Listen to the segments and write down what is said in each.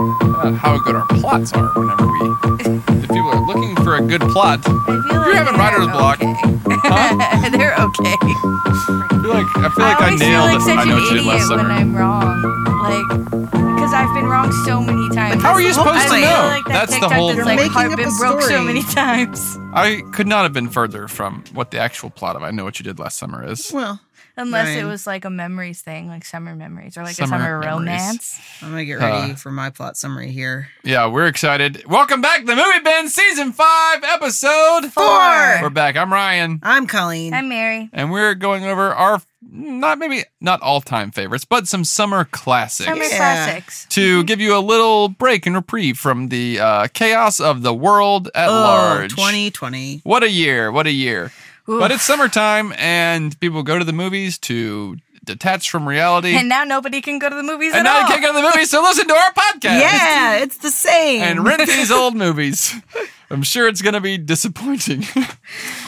how good our plots are whenever we. If people are looking for a good plot, I I feel like having they're writer's block. okay. Huh? they're okay. feel like I, feel like I, always nailed feel like such I know an what you did idiot last summer. when I'm wrong. Like, because I've been wrong so many times. how are you That's the whole supposed to point. know? I feel like that That's the TikTok whole that's, You're like, making heart up been a broke so story. many times. I could not have been further from what the actual plot of I Know What You Did Last Summer is. Well, Unless it Ryan. was like a memories thing, like summer memories or like Summer a summer memories. romance. I'm gonna get Huh. ready for my plot summary here. Yeah, we're excited. Welcome back to the Movie Bin Season 5, Episode Four. We're back. I'm Ryan, I'm Colleen. I'm Mary. and we're going over our not maybe not all time favorites, but some summer classics. Summer Mm-hmm. Yeah. classics. to give you a little break and reprieve from the uh, chaos of the world at Oh, large. 2020. What a year! What a year! Oof. But it's summertime, and people go to the movies to detach from reality. And now nobody can go to the movies And at now all. you can't go to the movies, so listen to our podcast. Yeah, it's the same. And rent these old movies. I'm sure it's going to be disappointing. A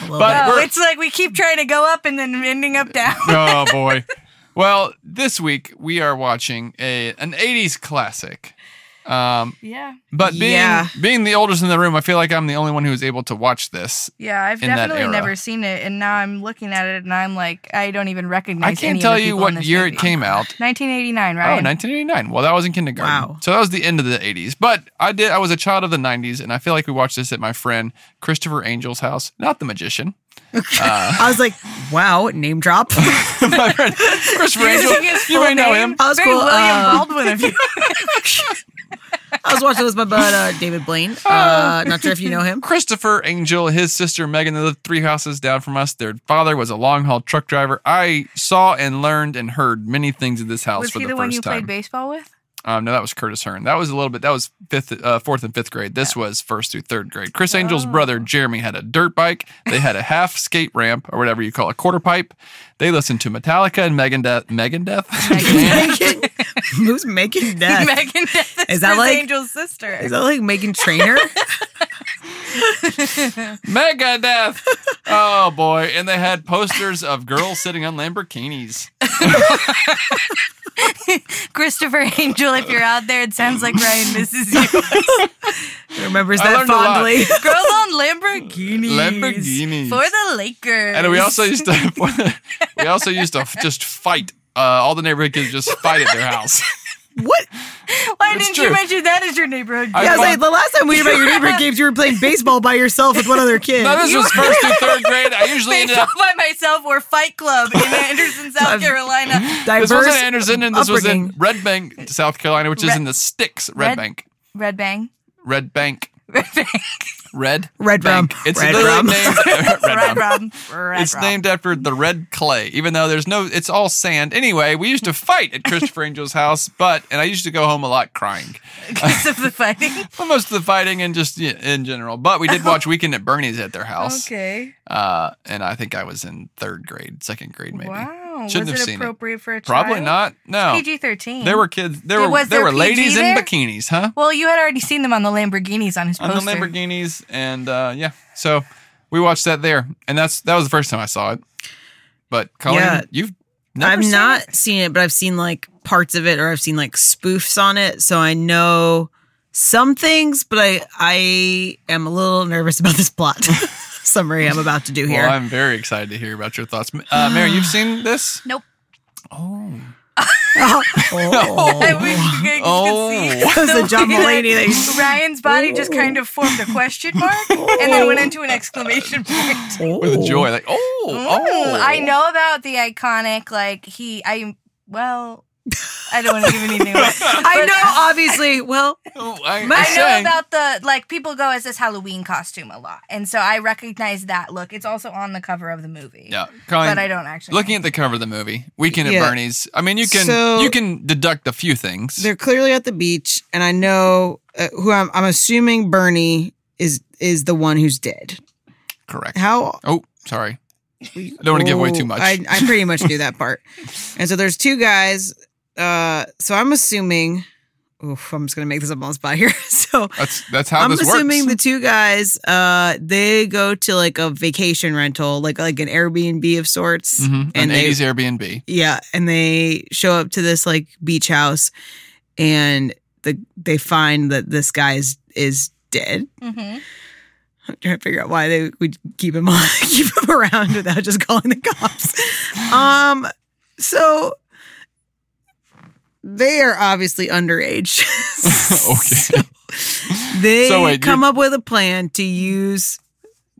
little but- No, bit. We're- it's like we keep trying to go up and then ending up down. oh boy. Well, this week we are watching a an 80s classic. Um, yeah. but being Yeah. being the oldest in the room, I feel like I'm the only one who was able to watch this. Yeah, I've in that definitely era. never seen it, and now I'm looking at it, and I'm like, I don't even recognize. I any can't of tell the you people in what this year movie. it came out. 1989, Oh, right? 1989. Well, that was in kindergarten. Wow. So that was the end of the 80s. But I did. I was a child of the 90s, and I feel like we watched this at my friend Christopher Angel's house, not the magician. I was like, wow, name drop. my friend Christopher Angel. Using his You full may know name? him. I was Very cool, William uh, Baldwin of you. I was watching this with my bud uh, David Blaine. Ah. Uh, not sure if you know him. Christopher Angel, his sister Megan, they lived three houses down from us. Their father was a long haul truck driver. I saw and learned and heard many things at this house Was for he the, the first one you time. played baseball with? um, no, that was Curtis Hearn. That was a little bit. That was fifth, uh, fourth, and fifth grade. This was first through third grade. Chris Angel's brother Jeremy had a dirt bike. They had a half skate ramp or whatever you call a quarter pipe. They listened to Metallica and Megan Death. Megan Death. Megan, who's making that? Megan Death Is that Chris like- Angel's sister? Is that like Megan Trainer? Megadeth. Oh boy, and they had posters of girls sitting on Lamborghinis. Christopher Angel, if you're out there, it sounds like Ryan misses you. Remembers I that learned a lot. fondly. Girls on Lamborghinis. Lamborghinis. For the Lakers. And we also used to we also used to just fight. Uh, all the neighborhood kids just fight at their house. What? Why It's didn't true. you mention that as your neighborhood? I Yeah, I was fought- like, the last time we heard about your neighbor games, you were playing baseball by yourself with one other kid. Now this was first through third grade. I usually ended Baseball up. by myself or Fight Club in Anderson, South Carolina. This Diverse was in Anderson, and this was in upbringing. Red Bank, South Carolina, which is Red- in the sticks. Red, Red- Bank, Red Bang. Red Bank, Red Bang. Red Red Bank. Rum. It's Red literally Rum. named Red Rum. Red Rum. Red it's Rum. named after the red clay, even though there's no, it's all sand. Anyway, we used to fight at Christopher Angel's house, but, and I used to go home a lot crying. because of the fighting. Well, most of the fighting and just yeah, in general. But we did watch Weekend at Bernie's at their house. Okay. Uh, and I think I was in third grade, second grade maybe. Wow. Shouldn't have was it seen it. appropriate for a child? Probably not. No. PG thirteen. There were kids. There There- were was there there were PG ladies in there? bikinis, huh? Well, you had already seen them on the Lamborghinis on his On poster. the Lamborghinis and uh, yeah. So we watched that there, and that's that was the first time I saw it. But Colleen, Yeah. you've never I've seen not it? seen it, but I've seen like parts of it or I've seen like spoofs on it. So I know some things, but I I am a little nervous about this plot summary I'm about to do here. Well, I'm very excited to hear about your thoughts, uh, Mary. You've seen this? Nope. Oh, I oh. wish you guys Oh. could see. That was a John the way Mulaney that thing. Ryan's body just kind of formed a question mark and then went into an exclamation point. with joy, like oh, Mm, Ooh, oh. I know about the iconic, like he, I, well, I don't want to give anything away. I But know, obviously. Well, Oh, I, My- I'm I know saying. about the like people go as this Halloween costume a lot, and so I recognize that look. It's also on the cover of the movie. Yeah, Colleen, but I don't actually. Looking at the cover of the movie, Weekend at Yeah. Bernie's. I mean, you can So- you can deduct a few things. they're clearly at the beach, and I know uh, who I'm, I'm assuming Bernie is is the one who's dead. Correct. How oh, sorry. I don't want to give away too Oh, much. I, I pretty much knew that part. And so there's two guys. Uh, so I'm assuming. Oof, I'm just gonna make this up on the spot here. So that's that's how I'm this assuming works. the two guys. Uh, they go to like a vacation rental, like like an Airbnb of sorts. Mhm. An and they- 80s Airbnb. Yeah, and they show up to this like beach house, and the they find that this guy is is dead. Mm-hmm. I'm trying to figure out why they would keep him on, keep him around without just calling the cops. Um, so they are obviously underage. okay. They So wait, come up with a plan to use.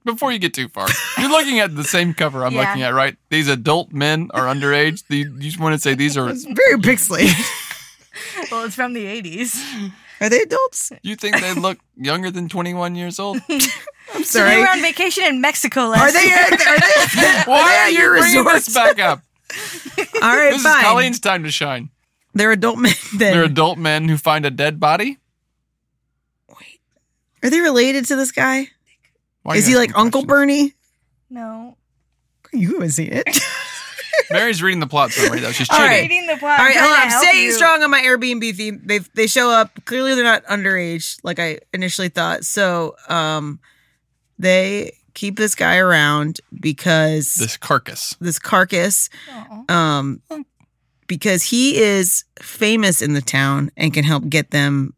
Before you get too far, you're looking at the same cover I'm Yeah. looking at, right? These adult men are underage. The- You just want to say these are. It's very pixely. Well, it's from the 80s. Are they adults? You think they look younger than 21 years old? I'm So they sorry. were on vacation in Mexico Are last they? year. Are they? Are they Why are at you your bringing this resorts? back up? All right, This fine. is Colleen's time to shine. They're adult men. Then They're adult men who find a dead body. are they related to this guy? Why are is you he like asking Uncle questions? Bernie? No. You haven't seen it. Mary's reading the plot summary though. She's All cheating. right. Reading the plot. All right, I'm trying hold on. to I'm help staying you. strong on my Airbnb theme. They they show up. Clearly, they're not underage, like I initially thought. So, um, they keep this guy around because This this, carcass. carcass, Aw. um, because he is famous in the town and can help get them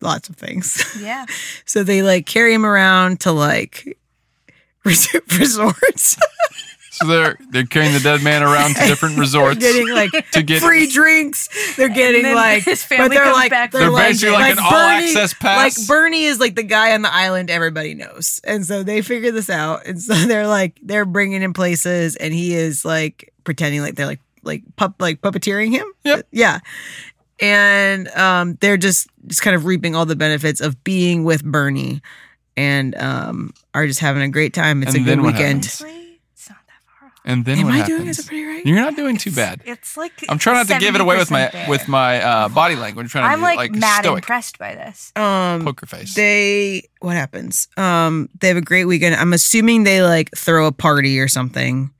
lots of things. Yeah. so they like carry him around to like res- resorts, So they're they're carrying the dead man around to different resorts getting like to get. free drinks. They're getting then like, his but family they're comes like, back they're, They're for like, basically like, an all access pass. Like Bernie is like the guy on the island everybody knows, and so they figure this out, and so they're like they're bringing him places, and he is like pretending like they're like like pup like puppeteering him. Yep. Yeah. And um, they're just just kind of reaping all the benefits of being with Bernie, and um, are just having a great time. It's And a then good what weekend. Honestly, it's not that far off. and then Am what I happens? doing this pretty right? You're not doing too bad. It's like I'm trying not to give it away with my 70% there. with my uh, body language. I'm trying to I'm be like, like mad stoic impressed by this. Um, poker face. They what happens? Um, they have a great weekend. I'm assuming they like throw a party or something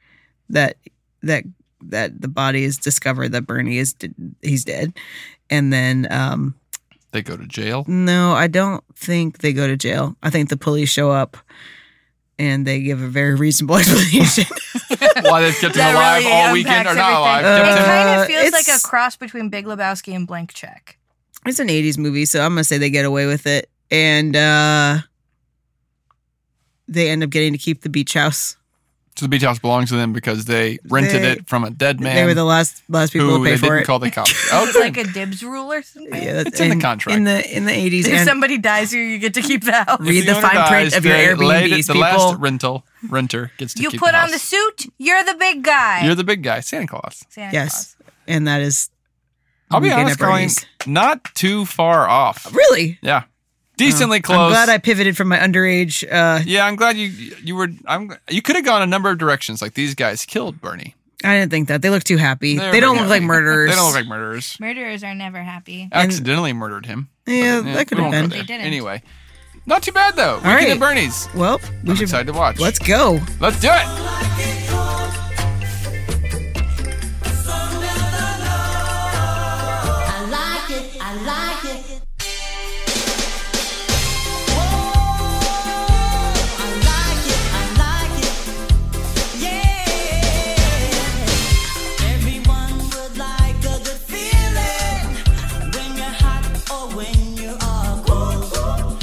that that that the body is discovered that Bernie is d- he's dead, and then um, they go to jail. no, I don't think they go to jail. I think the police show up. And they give a very reasonable explanation. Why they've kept him That alive really all weekend or unpacks not alive? everything. kept it him- Uh, kind of feels like it's- a cross between Big Lebowski and Blank Check. it's an '80s movie, so I'm gonna say they get away with it, and uh, they end up getting to keep the beach house. so the beach house belongs to them because they rented They- it from a dead man they were the last last people who to pay they for didn't it. call the cops. It's Okay. like a dibs rule or something. Yeah, that's It's in the contract. In the in the eighties, If and somebody dies here, you get to keep the house. read the owner fine print dies, of your the lady- Airbnbs, The last people. rental renter gets to You keep put the on the house. suit. You're the big guy. You're the big guy, Santa Claus. Santa Yes, and that is. I'll be Weekend honest, at Colleen, Bernie's. not too far off. Really Yeah, decently Oh, close. I'm glad I pivoted from my underage. Uh, yeah, I'm glad you you were. I'm you could have gone a number of directions. Like these guys killed Bernie. I didn't think that they look too happy. They're They don't pretty look like happy. murderers. They don't look like murderers. Murderers are never happy. Accidentally murdered him. Yeah, that could we won't have go been. there. They didn't. Anyway, not too bad though. Weekend right. at Bernie's. Well, we I'm should. excited to watch. Let's go. let's do it. I like it, I like it. I like it, I like it. Yeah. Everyone would like a good feeling when you're hot or when you're cold.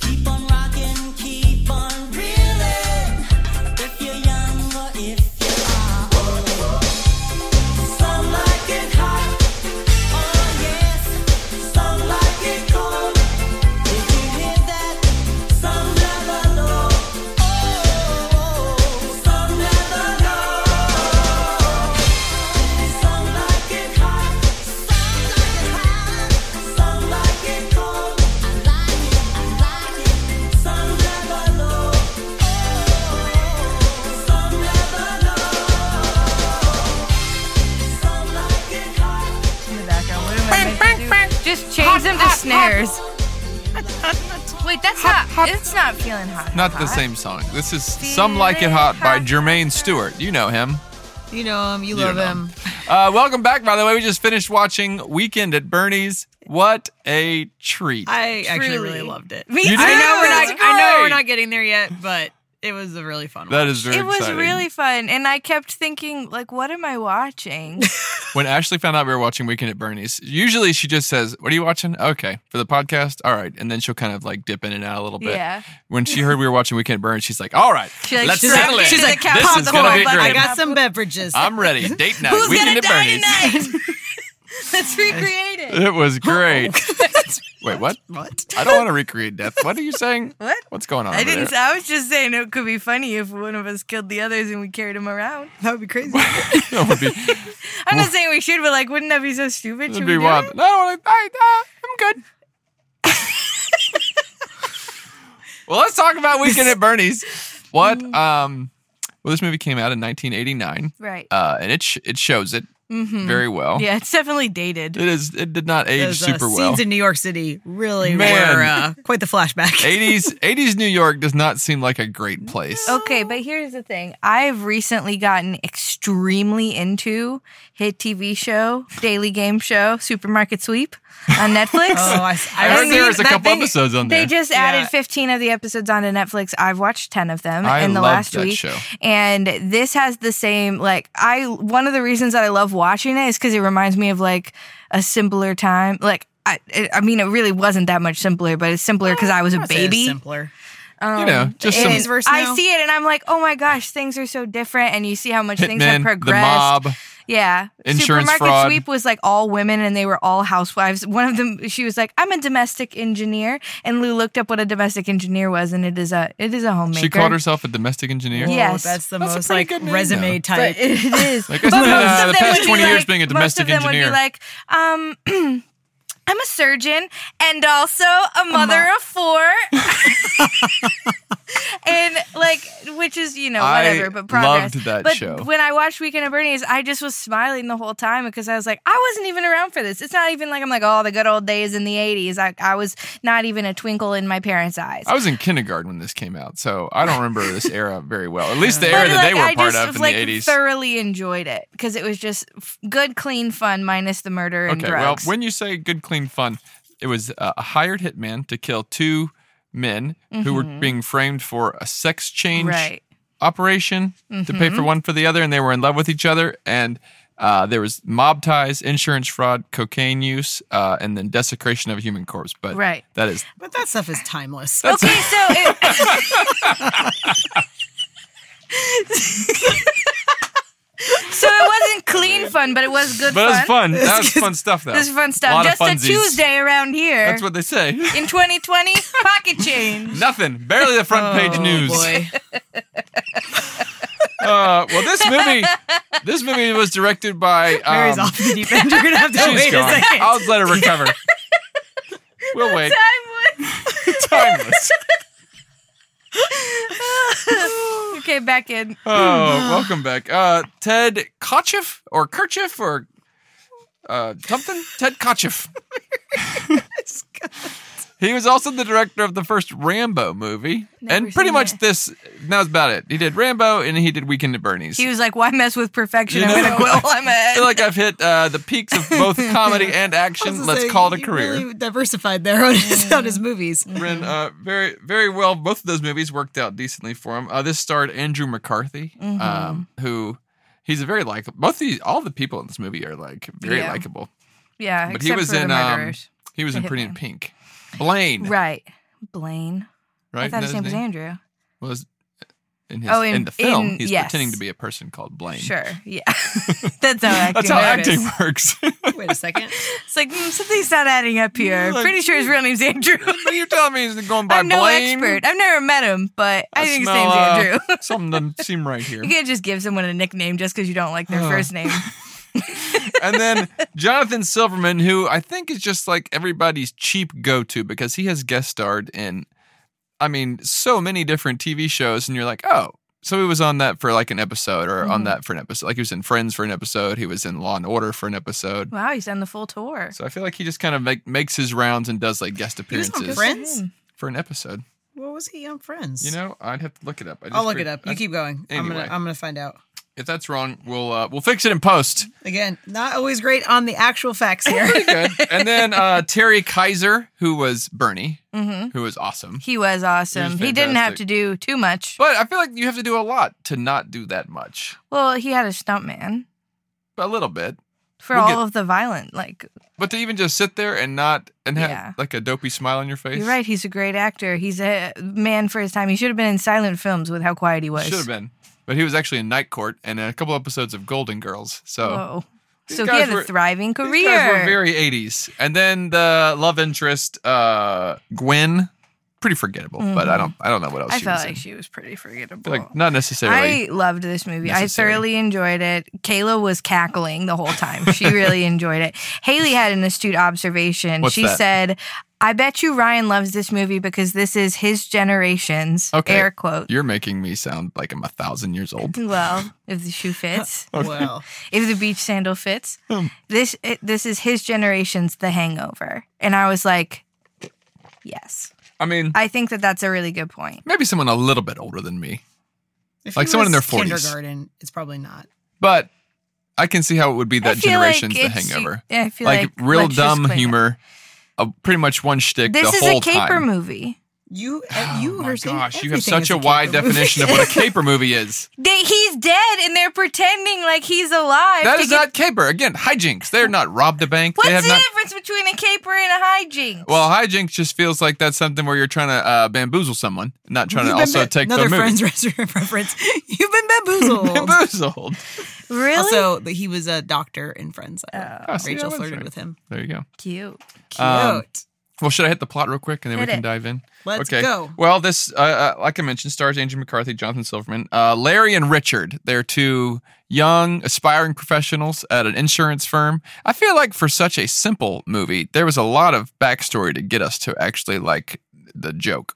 Keep on rocking, keep on reeling. If you're young or if you are old, some like it hot. Oh yes, some like it cold. Did you hear that? Some never know. Oh, some never know. Some like it hot, some like it hot, some like it cold. I like it, I like it. Some never know. Oh, some never know. Some like it hot. In the background. What am I meant to do? Just change them to snares. Wait, that's not. It's not feeling hot. Not the hot. same song. This is "Some Like It Hot" by Jermaine Stewart. You know him. You know him. You You don't know. Uh, welcome back, by the way. We just finished watching Weekend at Bernie's. What a treat. I actually really loved it. Me You too. did? I know we're not- It's I know we're great. not getting there yet, but it was a really fun one. That is very it was exciting. really fun, and I kept thinking, like, what am I watching? When Ashley found out we were watching Weekend at Bernie's, usually she just says, What are you watching? Okay, for the podcast? All right. And then she'll kind of like dip in and out a little bit. yeah, When she heard we were watching Weekend at Bernie's, she's like, All right, She, like, let's strapped settle it. into She's the like, couch this "Pop is the going to whole be bunch. great. I got some beverages. I'm ready. Date night. who's Weekend gonna at die Bernie's. tonight? Let's recreate it. It was great. Wait, what? what? I don't want to recreate death. What are you saying? What? What's going on? I over didn't. there? I was just saying it could be funny if one of us killed the others and we carried them around. That would be crazy. That would be- I'm not saying we should, but like, wouldn't that be so stupid? Should It'd we be do wild. it? No, I, I, I, I'm good. well, let's talk about Weekend at Bernie's. What? Mm-hmm. Um, well, this movie came out in 1989, Right. uh, and it sh- it shows it mm-hmm. very well. Yeah, it's definitely dated. It is. It did not age Those, uh, super well. Scenes in New York City really Man. were uh, quite the flashback. 80s 80s New York does not seem like a great place. Okay, but here's the thing. I've recently gotten extremely into hit TV show, daily game show, Supermarket Sweep on Netflix. Oh, I, s- I I heard mean, there remember was a that couple thing- episodes on They there. just added Yeah. 15 of the episodes onto Netflix. I've watched 10 of them I in the love last that week. show. And this has the same like I one of the reasons that I love watching it is cuz it reminds me of like a simpler time. Like I it, I mean it really wasn't that much simpler, but it's simpler cuz I was a I'd say it's baby. Simpler. Um, You know, just and some- I see it and I'm like, "Oh my gosh, things are so different." And you see how much things have Hitman, the progressed. mob. Yeah. Insurance Supermarket fraud. sweep was like all women and they were all housewives. One of them she was like, I'm a domestic engineer and Lou looked up what a domestic engineer was and it is a it is a homemaker. She called herself a domestic engineer. Yeah. Yes. that's the That's a most pretty like good name, resume though. but type. it is. Like, but isn't that, most uh, of the them past would be 20 years like- being a most domestic of them would engineer? be like, um, I'm a surgeon and also a mother of four. and like, which is you know I whatever, but progress. loved that but show. when I watched Weekend at Bernie's, I just was smiling the whole time because I was like, I wasn't even around for this. It's not even like I'm like, oh, the good old days in the '80s. I, I was not even a twinkle in my parents' eyes. I was in kindergarten when this came out, so I don't remember this era very well. At least the But, era that they were like, I part just, of in like, the 80s. thoroughly enjoyed it because it was just f- good, clean fun minus the murder and okay, well, drugs. when you say good, clean fun, it was uh, a hired hitman to kill two men who were being framed for a sex change Mm-hmm. right. Mm-hmm. operation to pay for one for the other, and they were in love with each other. And uh, there was mob ties, insurance fraud, cocaine use, uh, and then desecration of a human corpse. But Right. that is but that stuff is timeless. Okay, so it, so it wasn't clean fun, but it was good But it was fun. fun. That was fun stuff, though. This is fun A stuff. lot of Just a funsies. Tuesday around here That's what they say. in 2020. Pocket change. Nothing. Barely the front page Oh, news. boy. Uh, well, this movie, this movie was directed by. Mary's Um, off the deep end. You're gonna have to she's wait gone. Oh, a second. I'll let her recover. We'll wait. Time Timeless. was- okay, back in. Oh, welcome back. Uh, Ted Kotcheff or Kerchief or uh, something. Ted Kotcheff. He was also the director of the first Rambo movie, Never and pretty seen much it. this. That was about it. He did Rambo, and he did Weekend at Bernie's. He was like, "Why mess with perfection? You I'm know- gonna quit while I'm I feel ahead." like I've hit uh, the peaks of both comedy and I was action. gonna Let's say, call it a he career. Really diversified there on his, on his movies. Ran uh, very, very well. Both of those movies worked out decently for him. Uh, this starred Andrew McCarthy, Mm-hmm. um, who he's a very likable. Both the all the people in this movie are like very Yeah. likable. yeah, But except he was for the in um, murderers. he was in The Pretty in hitman. Pink. Blaine, right? right, Blaine. I Isn't thought his that name was Andrew. Was in his Oh, in, in- the film in- he's yes. pretending to be a person called Blaine. Sure. Yeah. That's how That's acting how works. acting works. Wait a second. It's like, mm, something's not adding up here. Like- Pretty sure his real name's Andrew. You're telling me he's going by I'm no Blaine? expert. I've never met him, but I, think smell, his uh, name's Andrew. something doesn't seem right here. you can't just give someone a nickname just because you don't like their Huh. first name. and then Jonathan Silverman, who I think is just like everybody's cheap go to because he has guest starred in, I mean, so many different TV shows, and you're like, oh, so he was on that for like an episode or on Mm-hmm. Mhm. that for an episode. Like he was in Friends for an episode, he was in Law and Order for an episode. Wow, he's done the full tour. So I feel like he just kind of make, makes his rounds and does like guest He was on appearances Friends. for an episode. What was he on Friends? You know, I'd have to look it up. I just I'll look pre- it up. You I- keep going. I'm Anyway. gonna I'm gonna find out. If that's wrong, we'll uh, we'll fix it in post. Again, not always great on the actual facts here. Good. And then uh, Terry Kaiser, who was Bernie, hmm who was awesome. He was He awesome. was He, didn't have fantastic. to do too much. But I feel like you have to do a lot to not do that much. Well, he had a stuntman A little bit. for We'll all get- of the violent. Like But to even just sit there and not and have Yeah. like a dopey smile on your face. you're right, he's a great actor. He's a man for his time. He should have been in silent films with how quiet he was. Should have been. But he was actually in Night Court and a couple episodes of Golden Girls. So Whoa. Oh. These So he guys had a were- thriving career. These guys were very 80s. And then the love interest, uh, Gwen, pretty forgettable, but I don't I don't know what else Mm-hmm. I she felt was in. like she was pretty forgettable. like not necessarily. I loved this movie. I necessary. thoroughly enjoyed it. Kayla was cackling the whole time. She really enjoyed it. Haley had an astute observation. What's she that? said, I bet you Ryan loves this movie because this is his generation's Okay. air quote. You're making me sound like I'm a thousand years old. Well, if the shoe fits, Well, if the beach sandal fits, Hmm. this it, this is his generation's The Hangover, and I was like, yes, I mean, I think that that's a really good point. maybe someone a little bit older than me, if Like he someone in was their 40s. Kindergarten, it's probably not. but I can see how it would be I that feel like generation's The it's- Hangover. yeah, I feel Like, like, real let's just dumb clean it. humor, a, pretty much one shtick This the is whole a caper time. movie. You, eh, Oh you my are saying gosh, you have everything such is a wide caper movie. definition of what a caper movie is. They, he's dead, and they're pretending like he's alive. That to is get- not caper. Again, hijinks. They're not robbed a bank. What's they the have not. difference between a caper and a hijinks? Well, hijinks just feels like that's something where you're trying to uh, bamboozle someone, not trying to also take the another movie. Friends restaurant reference. You've been bamboozled. bamboozled. really Also, but he was a doctor in Friends. Oh, see, that Rachel was flirted right. with him. There you go. cute. Cute. Um, Well, should I hit the plot real quick and then we Hit can it. dive in? Let's okay. go. Well, this, uh, uh, like I mentioned, stars Andrew McCarthy, Jonathan Silverman, uh, Larry and Richard. They're two young, aspiring professionals at an insurance firm. I feel like for such a simple movie, there was a lot of backstory to get us to actually like the joke.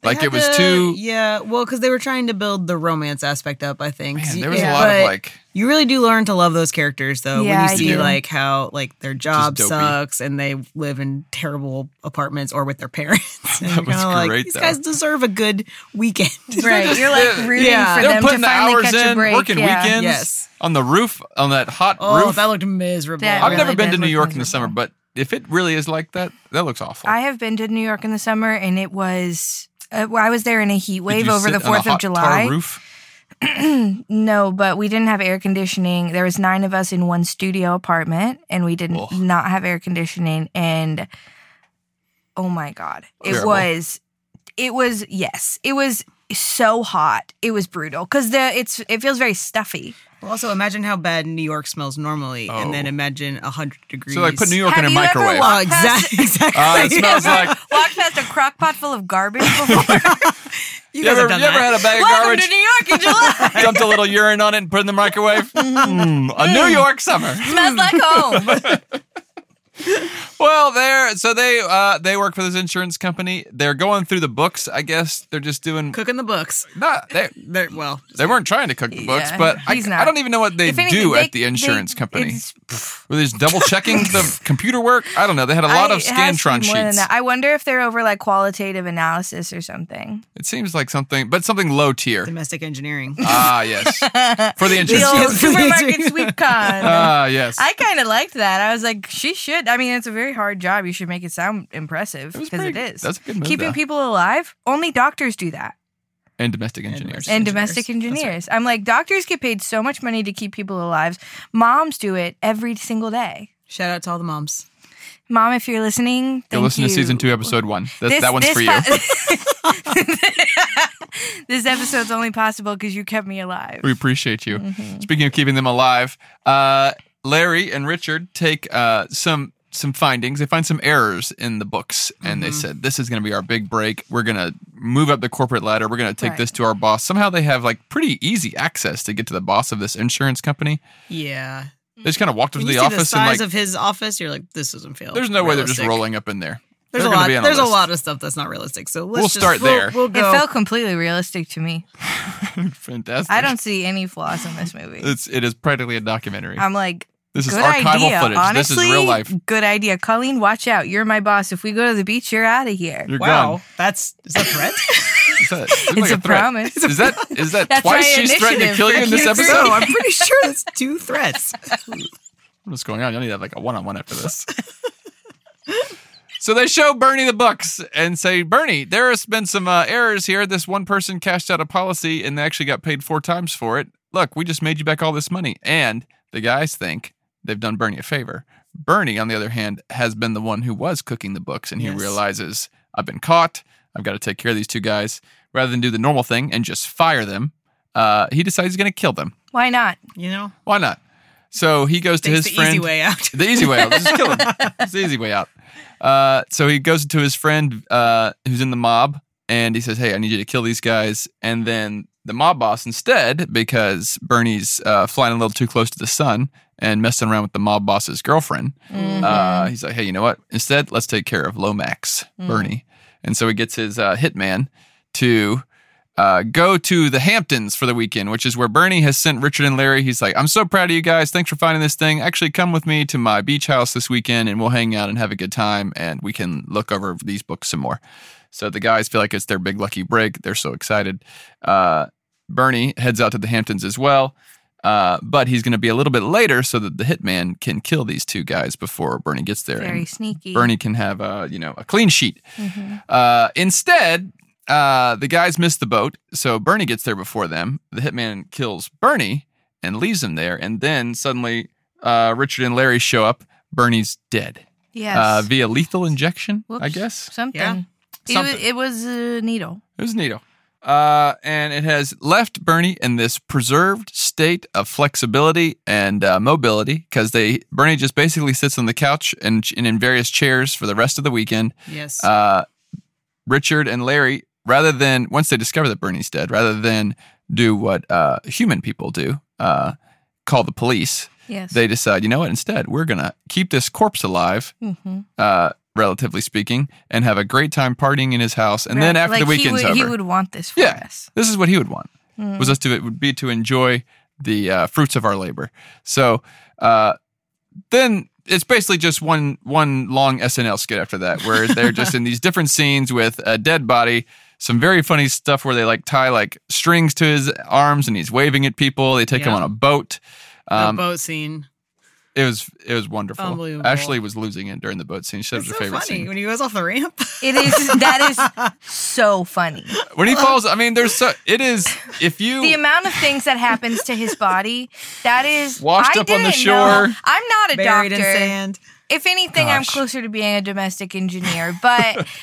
They like had it was to- too. Yeah, well, because they were trying to build the romance aspect up. I think Man, You- there was Yeah. a lot but of like. You really do learn to love those characters, though, Yeah, when I you see do. like how like their job dopey. sucks and they live in terrible apartments or with their parents. And That you're was kinda like, great, These though. guys deserve a good weekend. Right, you're Yeah. like rooting Yeah. for They're them to finally catch a break. working yeah. weekends Yes. on the roof on that hot oh, roof. that looked miserable. That I've really never been did to New look York in the miserable. summer, but if it really is like that, that looks awful. I have been to New York in the summer, and it was. Uh, well, I was there in a heat Did wave you over sit the on a Fourth of hot tar July. roof. No, but we didn't have air conditioning. There was nine of us in one studio apartment, and we did Ugh. not not have air conditioning. And oh my god, it Terrible. was, it was yes, it was so hot. It was brutal because the it's it feels very stuffy. Well, also imagine how bad New York smells normally, Oh. and then imagine hundred degrees. So like put New York Have in a you ever microwave. walked- Oh, exactly. exactly. Uh, it smells like Walked past a crock pot full of garbage before. you you, guys ever, have done you ever that. had a bag of Welcome to garbage, New York in July. dumped a little urine on it, and put it in the microwave. Mm, a New York summer. Smells like home. Well, they're so they uh, they work for this insurance company. They're going through the books. I guess they're just doing. Cooking the books. Not they. They're, well, They weren't trying to cook the books, Yeah, but I, he's I not. don't even know what they If anything, do they- at the insurance they- company. it's- Were they just double checking the computer work? I don't know. They had a lot I- of it has to be Scantron more than sheets. that. I wonder if they're over like qualitative analysis or something. It seems like something, but something low tier. domestic engineering. ah, yes. For the The insurance old company. Just- supermarket sweep con. Ah, yes. I kind of liked that. I was like, she should. I mean, it's a very hard job. You should make it sound impressive It was because it pretty- is. that's a good move, Keeping though. people alive. Only doctors do that, and domestic And engineers. and domestic- Engineers. domestic That's right. engineers. I'm like, doctors get paid so much money to keep people alive. Moms do it every single day. Shout out to all the moms. Mom, if you're listening, Go thank listen you. to season two, episode one. That, that one's for you. po- this episode's only possible because you kept me alive. we appreciate you. Mm-hmm. Speaking of keeping them alive, uh, Larry and Richard take uh, some some findings. They find some errors in the books, and Mm-hmm. they said this is going to be our big break. We're going to move up the corporate ladder. We're going to take Right. this to our boss. Somehow they have like pretty easy access to get to the boss of this insurance company. Yeah. They Mm. just kind of walked up to When the you see the office and size like. of his office, you're like, this doesn't feel. there's no way they're just realistic. rolling up in there. There's They're a gonna lot. be on a there's a list. lot of stuff that's not realistic. So let's We'll just, start there. We'll, It go. felt completely realistic to me. Fantastic. I don't see any flaws in this movie. It's it is practically a documentary. I'm like, this is good archival idea. footage. Honestly, this is real life. Good idea, Colleen. Watch out. You're my boss. If we go to the beach, you're out of here. You're wow, gone. that's is that a threat? Is that, it's It's a promise. Is that is that That's twice my she's threatened to initiative kill for you in this Q3. episode? So I'm pretty sure that's two threats. What's going on? Y'all need to have like a one on one after this. so they show Bernie the bucks and say, Bernie, there has been some uh, errors here. This one person cashed out a policy and they actually got paid four times for it. Look, we just made you back all this money. And the guys think they've done Bernie a favor. Bernie, on the other hand, has been the one who was cooking the books and he Yes. realizes, I've been caught. I've got to take care of these two guys. Rather than do the normal thing and just fire them, uh, he decides he's going to kill them. Why not? You know, Why not? So he goes to his takes the friend. easy way out. The easy way out. Just kill him. It's the easy way out. Uh, so he goes to his friend uh, who's in the mob and he says, Hey, I need you to kill these guys. And then the mob boss, instead, because Bernie's uh, flying a little too close to the sun and messing around with the mob boss's girlfriend, Mm-hmm. Mm-hmm. uh, he's like, Hey, you know what? Instead, let's take care of Lomax, Bernie. And so he gets his uh, hitman to uh, go to the Hamptons for the weekend, which is where Bernie has sent Richard and Larry. He's like, I'm so proud of you guys. Thanks for finding this thing. Actually, come with me to my beach house this weekend and we'll hang out and have a good time and we can look over these books some more. So the guys feel like it's their big lucky break. They're so excited. Uh, Bernie heads out to the Hamptons as well. Uh, but he's going to be a little bit later so that the hitman can kill these two guys before Bernie gets there. Very and sneaky. Mm-hmm. Bernie can have a you know a clean sheet. Uh, instead, uh, the guys miss the boat, so Bernie gets there before them. The hitman kills Bernie and leaves him there, and then suddenly uh, Richard and Larry show up. Bernie's dead Yes. uh, via lethal injection, I Whoops. guess. Something. Yeah. It, Something. Was, it was a needle. It was neato. Uh, and it has left Bernie in this preserved state of flexibility and uh, mobility because they Bernie just basically sits on the couch and, and in various chairs for the rest of the weekend. Yes. Uh, Richard and Larry, rather than once they discover that Bernie's dead, rather than do what uh, human people do, uh, call the police, Yes. they decide, you know what? Instead, we're gonna keep this corpse alive, Mhm. uh, relatively speaking, and have a great time partying in his house. And then Right. after Like, the weekend's he would, over, he would want this for Yeah. us. Mm. this is what he would want Mm-hmm. was us to it would be to enjoy the uh, fruits of our labor. So uh, then it's basically just one one long SNL skit after that, where they're just in these different scenes with a dead body. Some very funny stuff where they like tie like strings to his arms and he's waving at people. They take him Yeah. on a boat. Um, the boat scene. It was it was wonderful. Unbelievable. Ashley was losing it during the boat scene. She said it It's was so her favorite funny scene. when he goes off the ramp. It is. That is so funny. When he falls, I mean, there's so it is if you The amount of things that happens to his body. That is Washed I up on the didn't know- shore. I'm not a Buried in doctor. sand. if anything, I'm Gosh. closer to being a domestic engineer, but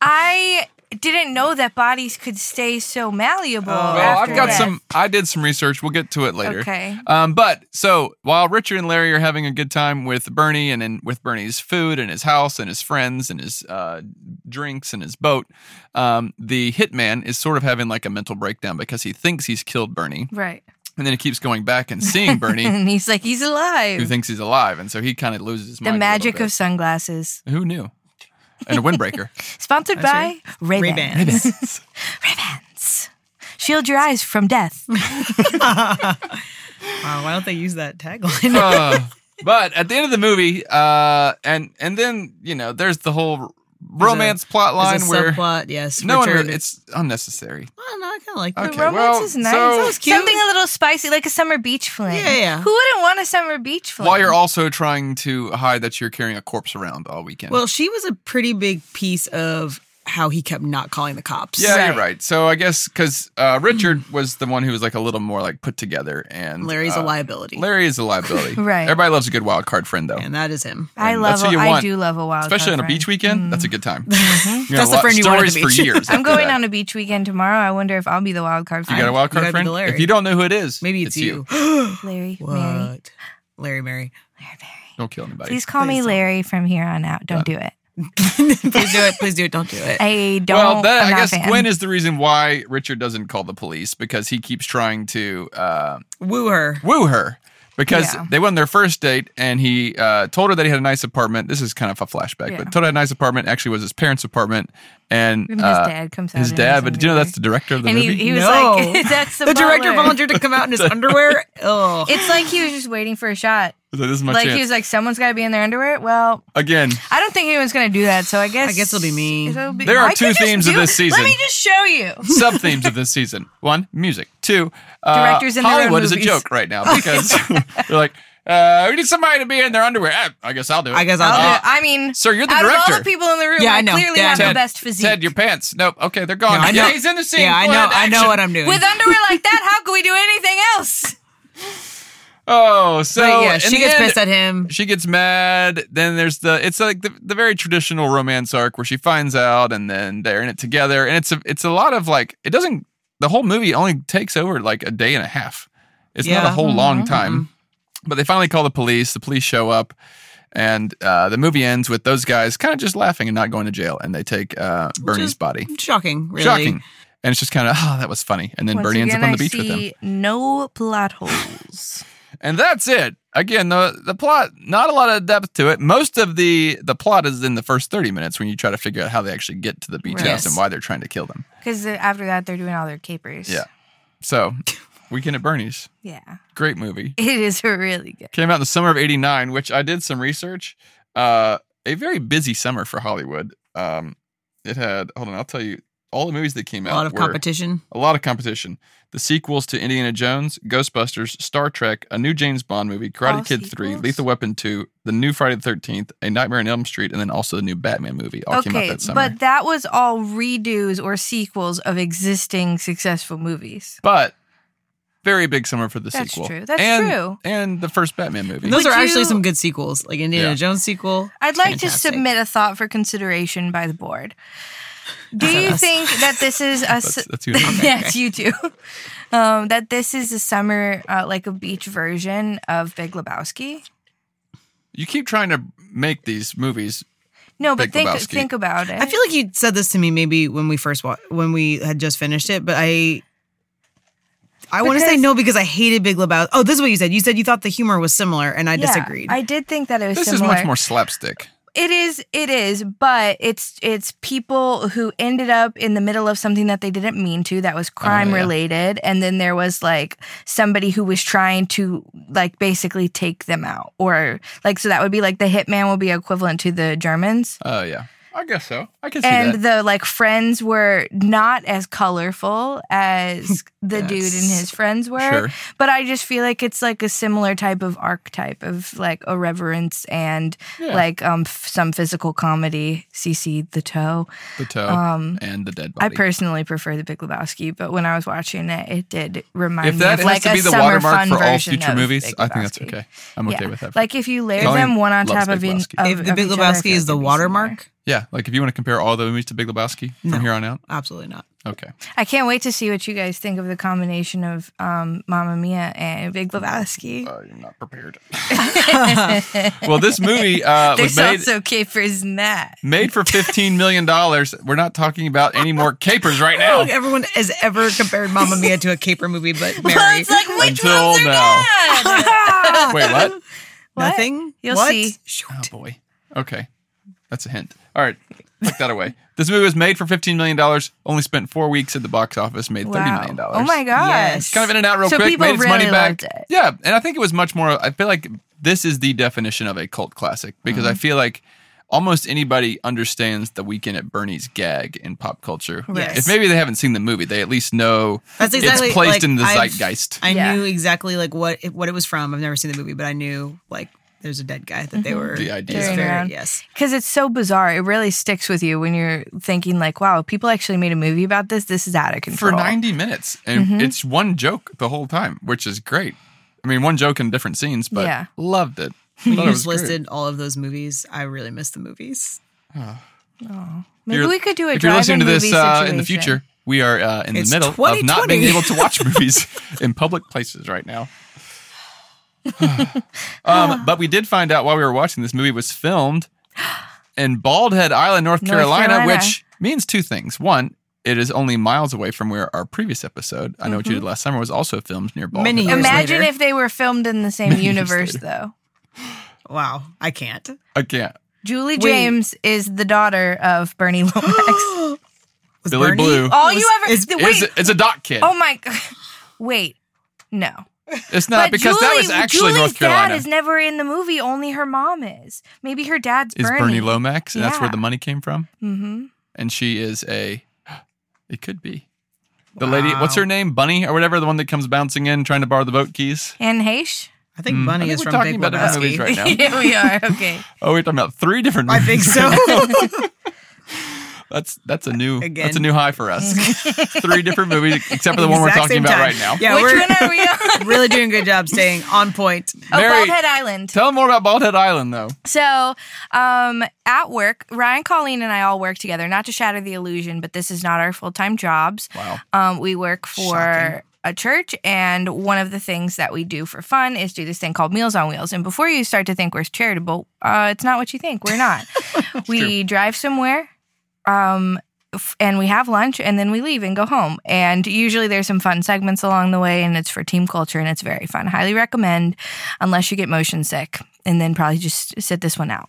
I didn't know that bodies could stay so malleable. Oh. Well, after I've got death. some. I did some research. We'll get to it later. Okay. Um, but so while Richard and Larry are having a good time with Bernie and in, with Bernie's food and his house and his friends and his uh, drinks and his boat, um, the hitman is sort of having like a mental breakdown because he thinks he's killed Bernie, Right. and then he keeps going back and seeing Bernie, And he's like, he's alive. who thinks he's alive, and so he kind of loses his the mind. a little magic bit. of sunglasses. who knew, and a windbreaker. Sponsored by Ray Ray-Ban. Bans. Shield your eyes from death. Wow, why don't they use that tagline? Uh, but at the end of the movie, uh, and and then you know, there's the whole romance plot line There's a where subplot, yes, no one. Richard, Really, it's unnecessary. well, no, I kind of like Okay. that. The romance well, is nice. so- That was cute. Something a little spicy, like a summer beach fling. Yeah, yeah. Who wouldn't want a summer beach fling? While you're also trying to hide that you're carrying a corpse around all weekend. Well, she was a pretty big piece of how he kept not calling the cops. yeah, you're right. So I guess because uh, Richard was the one who was like a little more like put together, and Larry's uh, a liability, Larry oh. is a liability. Right. Everybody loves a good wild card friend though. and that is him. I and love. that's who you A, I want. do love a wild, Especially card on a beach friend. weekend, that's a good time. You're Mm-hmm. That's the friend you want at the stories for beach. years. I'm after going that. on a beach weekend tomorrow. I wonder if I'll be the wild card. You got a wild card gotta be friend? the Larry. If you don't know who it is, Maybe it's, you. Larry, Mary, What? Larry, Mary. Larry, Mary. Don't kill anybody. Please call me Please don't. Larry from here on out. Don't do it. please do it. Please do it. Don't do it. I don't. Well, that, I'm I not guess a fan. Gwen is the reason why Richard doesn't call the police because he keeps trying to uh, Woo her. woo her because Yeah. they went on their first date and he uh, told her that he had a nice apartment. This is kind of a flashback, Yeah. but told her a nice apartment actually was his parents' apartment and And his uh, dad comes out. his and dad. doesn't But did you know either. that's the director of the And he, movie? he was No. like, "That's the, The director butler." volunteered to come out in his underwear. Oh, It's like he was just waiting for a shot. He's like, this is my like chance. he was like, someone's got to be in their underwear. Well, Again, I don't think anyone's going to do that. So I guess I guess it'll be me. it'll be- There are I could two just themes of do- this season. Let me just show you. sub themes of this season. One, music. Two, uh, Directors in their own Hollywood is a movies. joke right now because they're like, uh, we need somebody to be in their underwear. Ah, I guess I'll do it. Oh, I guess I'll I'll do do it. I mean, Uh, sir, you're the out Of all director. the people in the room, Yeah, I, I know. clearly Yeah, have Ted- the best physique. Ted, your pants. Nope. Okay, they're gone. No, I yeah, know- he's in the scene. Yeah, I Go know. ahead, I know action. what I'm doing. With underwear like that, how could we do anything else? Oh, so But yeah, in she the gets end, pissed at him. She gets mad. Then there's the it's like the, the very traditional romance arc where she finds out, and then they're in it together. And it's a it's a lot of like it doesn't. The whole movie only takes over like a day and a half. It's not a Yeah. whole Mm-hmm. long time. But they finally call the police. The police show up, and uh, the movie ends with those guys kind of just laughing and not going to jail. And they take uh, Bernie's is body. Shocking, really. Shocking. And it's just kind of oh, that was funny. And then Once Bernie ends up again, on the I beach with him. see No plot holes. And that's it. Again, the the plot, not a lot of depth to it. Most of the the plot is in the first 30 minutes when you try to figure out how they actually get to the beach Right. house Yes. and why they're trying to kill them. Because after that, they're doing all their capers. Yeah. So, Weekend at Bernie's, Yeah. great movie. It is really good. Came out in the summer of 89, which I did some research. Uh, a very busy summer for Hollywood. Um, it had, hold on, I'll tell you, all the movies that came A out lot of were competition. a lot of competition. The sequels to Indiana Jones, Ghostbusters, Star Trek, a new James Bond movie, Karate All Kid 3, sequels? Lethal Weapon 2, the new Friday the 13th, A Nightmare on Elm Street, and then also the new Batman movie all came out okay, Oh, that summer. but that was all redos or sequels of existing successful movies. But very big summer for the That's sequel. true. That's and, true. And the first Batman movie. And those Would are actually you- some good sequels, like Indiana Yeah. Jones sequel. I'd like Fantastic. to submit a thought for consideration by the board. Do That's you us. think that this is a That's, s- that's who it is. yes, you do. Um, that this is a summer, uh, like a beach version of Big Lebowski. You keep trying to make these movies. No, but Big think Lebowski. think about it. I feel like you said this to me maybe when we first wa- when we had just finished it, but I I want to say Because- no because I hated Big Lebowski. Oh, this is what you said. You said you thought the humor was similar, and I Yeah, disagreed. I did think that it was This similar. is much more slapstick. It is, it is, but it's it's people who ended up in the middle of something that they didn't mean to that was crime Oh, yeah. related, and then there was like somebody who was trying to like basically take them out, or like so that would be like the hitman will be equivalent to the Germans, Oh, yeah. I guess so. I can see that. and the like friends were not as colorful as the dude and Yes. his friends were, Sure. but I just feel like it's like a similar type of archetype of like irreverence and Yeah. like um f- some physical comedy. CC the toe. The toe um, and the dead I body. personally prefer the Big Lebowski, but when I was watching it, it did remind if me that of has like to a be the summer watermark fun for all version future of movies, Big I think that's Lebowski. okay. I'm okay Yeah. with that. Like if you layer Colleen them one on loves top Big of, in, Lebowski. of if the of Big each other, I feel Lebowski like is they'd the be watermark, yeah, like if you want to compare all the movies to Big Lebowski from No. here on out, absolutely not. okay. similar. I can't wait to see what you guys think of the combination of um, Mamma Mia and Big Lebowski. Uh, you're not prepared. well, this movie uh, was There's made also capers in that. made for fifteen million dollars. We're not talking about any more capers right now. Look, everyone has ever compared Mamma Mia to a caper movie, but Mary, Well, it's like which Until ones are now. bad? Wait, what? What? nothing. You'll What? see. Shoot. Oh boy. Okay, that's a hint. All right, tuck that away. This movie was made for fifteen million dollars. Only spent four weeks at the box office. Made thirty million dollars. Oh my gosh. Yes. Kind of in and out real So quick. people made its money really back. loved it. Yeah, and I think it was much more. I feel like this is the definition of a cult classic because I feel like. Almost anybody understands the weekend at Bernie's gag in pop culture. Yes. If maybe they haven't seen the movie, they at least know That's exactly it's placed like, in the I've- zeitgeist. I Yeah. knew exactly like what it, what it was from. I've never seen the movie, but I knew like there's a dead guy that they were The idea. it's Mm-hmm. Carrying around. yes. Because it's so bizarre. It really sticks with you when you're thinking, like, wow, people actually made a movie about this. This is out of for control. 90 minutes and it's one joke the whole time which is great i mean one joke in different scenes but Yeah. loved it You Thought it was just great. listed all of those movies. I really miss the movies. Maybe You're- we could do a if you're drive-in listening to movie this uh, in the situation. future we are uh, in It's the middle of not being 2020. able to watch movies in public places right now um, but we did find out while we were watching this movie was filmed in bald head island north, North carolina, Carolina. which means two things one it is only miles away from where our previous episode i know what you Mm-hmm. did last summer was also filmed near bald Many head years Island. Imagine later. if they were filmed in the same universe, though. Wow, I can't. i can't Julie James is the daughter of Bernie Lomax. Was Billy Blue. All you was- ever is- the- It's, Oh wait. it's a doc kid. oh my! Wait, no. It's not Uh, because that was actually Julie's North Carolina. dad is never in the movie. Only her mom is. Maybe her dad's is Bernie. Bernie, Lomax, and that's where Yeah. the money came from. Mm-hmm. And she is a. It could be. The lady, what's her name? Bunny or whatever, the one that comes bouncing in trying to borrow the boat keys. And Haish. I think Mm. Bunny I think is we're from talking Big about different movies Lebowski. right now. yeah, we are. Okay. Oh, we're talking about three different. I think movies. so. That's that's a new Again. that's a new high for us. three different movies, except for the one we're Exact talking same about time. right now. Yeah, Which we're one are we on? really doing a good job staying on point. Oh, Mary- Bald Head Island. Tell them more about Bald Head Island, though. So, um, at work, Ryan, Colleen, and I all work together. Not to shatter the illusion, but this is not our full time jobs. Wow. Um, we work for Shocking. a church, and one of the things that we do for fun is do this thing called Meals on Wheels. And before you start to think we're charitable, uh, it's not what you think. We're not. we drive somewhere. Um, f- and we have lunch and then we leave and go home. And usually there's some fun segments along the way and it's for team culture and it's very fun. Highly recommend unless you get motion sick and then probably just sit this one out.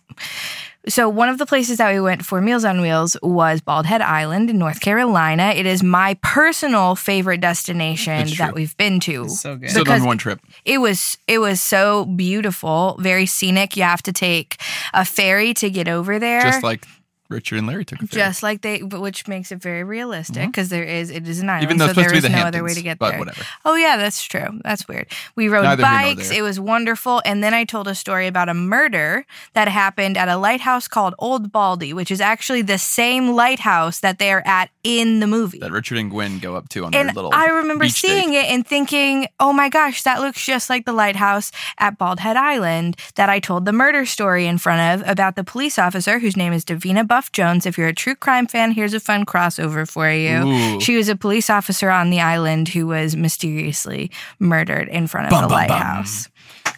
So one of the places that we went for Meals on Wheels was Bald Head Island in North Carolina. It is my personal favorite destination It's true. that we've been to. So good. So Because- on one trip. It was it was so beautiful, very scenic. You have to take a ferry to get over there. Just like Richard and Larry took a ferry. Just like they, but which makes it very realistic because is, it is an Mm-hmm. island, Even though so it's supposed there to be is the no Hamptons, other way to get but there. whatever. Oh yeah, that's true. That's weird. We rode Neither here nor bikes. there. It was wonderful, and then I told a story about a murder that happened at a lighthouse called Old Baldy, which is actually the same lighthouse that they are at in the movie. That Richard and Gwen go up to on their And little. I remember beach date. seeing it and thinking, oh my gosh, that looks just like the lighthouse at Bald Head Island that I told the murder story in front of about the police officer whose name is Davina Buff Jones. If you're a true crime fan, here's a fun crossover for you. Ooh. She was a police officer on the island who was mysteriously murdered in front of Bum, the bum, bum. lighthouse.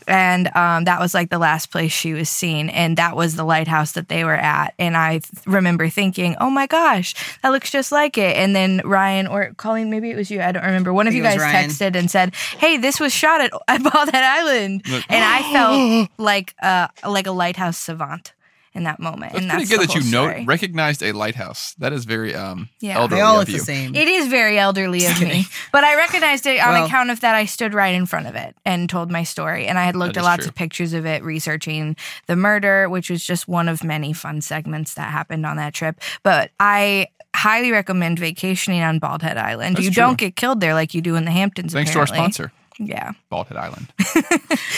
And um, that was like the last place she was seen. And that was the lighthouse that they were at. And I th- remember thinking, oh my gosh, that looks just like it. And then Ryan or Colleen, maybe it was you, I don't remember. One of you think it guys was Ryan. texted and said, hey, this was shot at, at Bald Head Island. And I felt like, uh, like a lighthouse savant in that moment. That's and pretty that's good the that you whole know story. recognized a lighthouse. That is very um Yeah. elderly They all of look you. the same. It is very elderly of me, but I recognized it on Well- account of that I stood right in front of it and told my story. And I had looked That at is lots true. of pictures of it, researching the murder, which was just one of many fun segments that happened on that trip. But I highly recommend vacationing on Bald Head Island. That's you true. don't get killed there like you do in the Hamptons. Thanks apparently. to our sponsor, Yeah, Bald Head Island.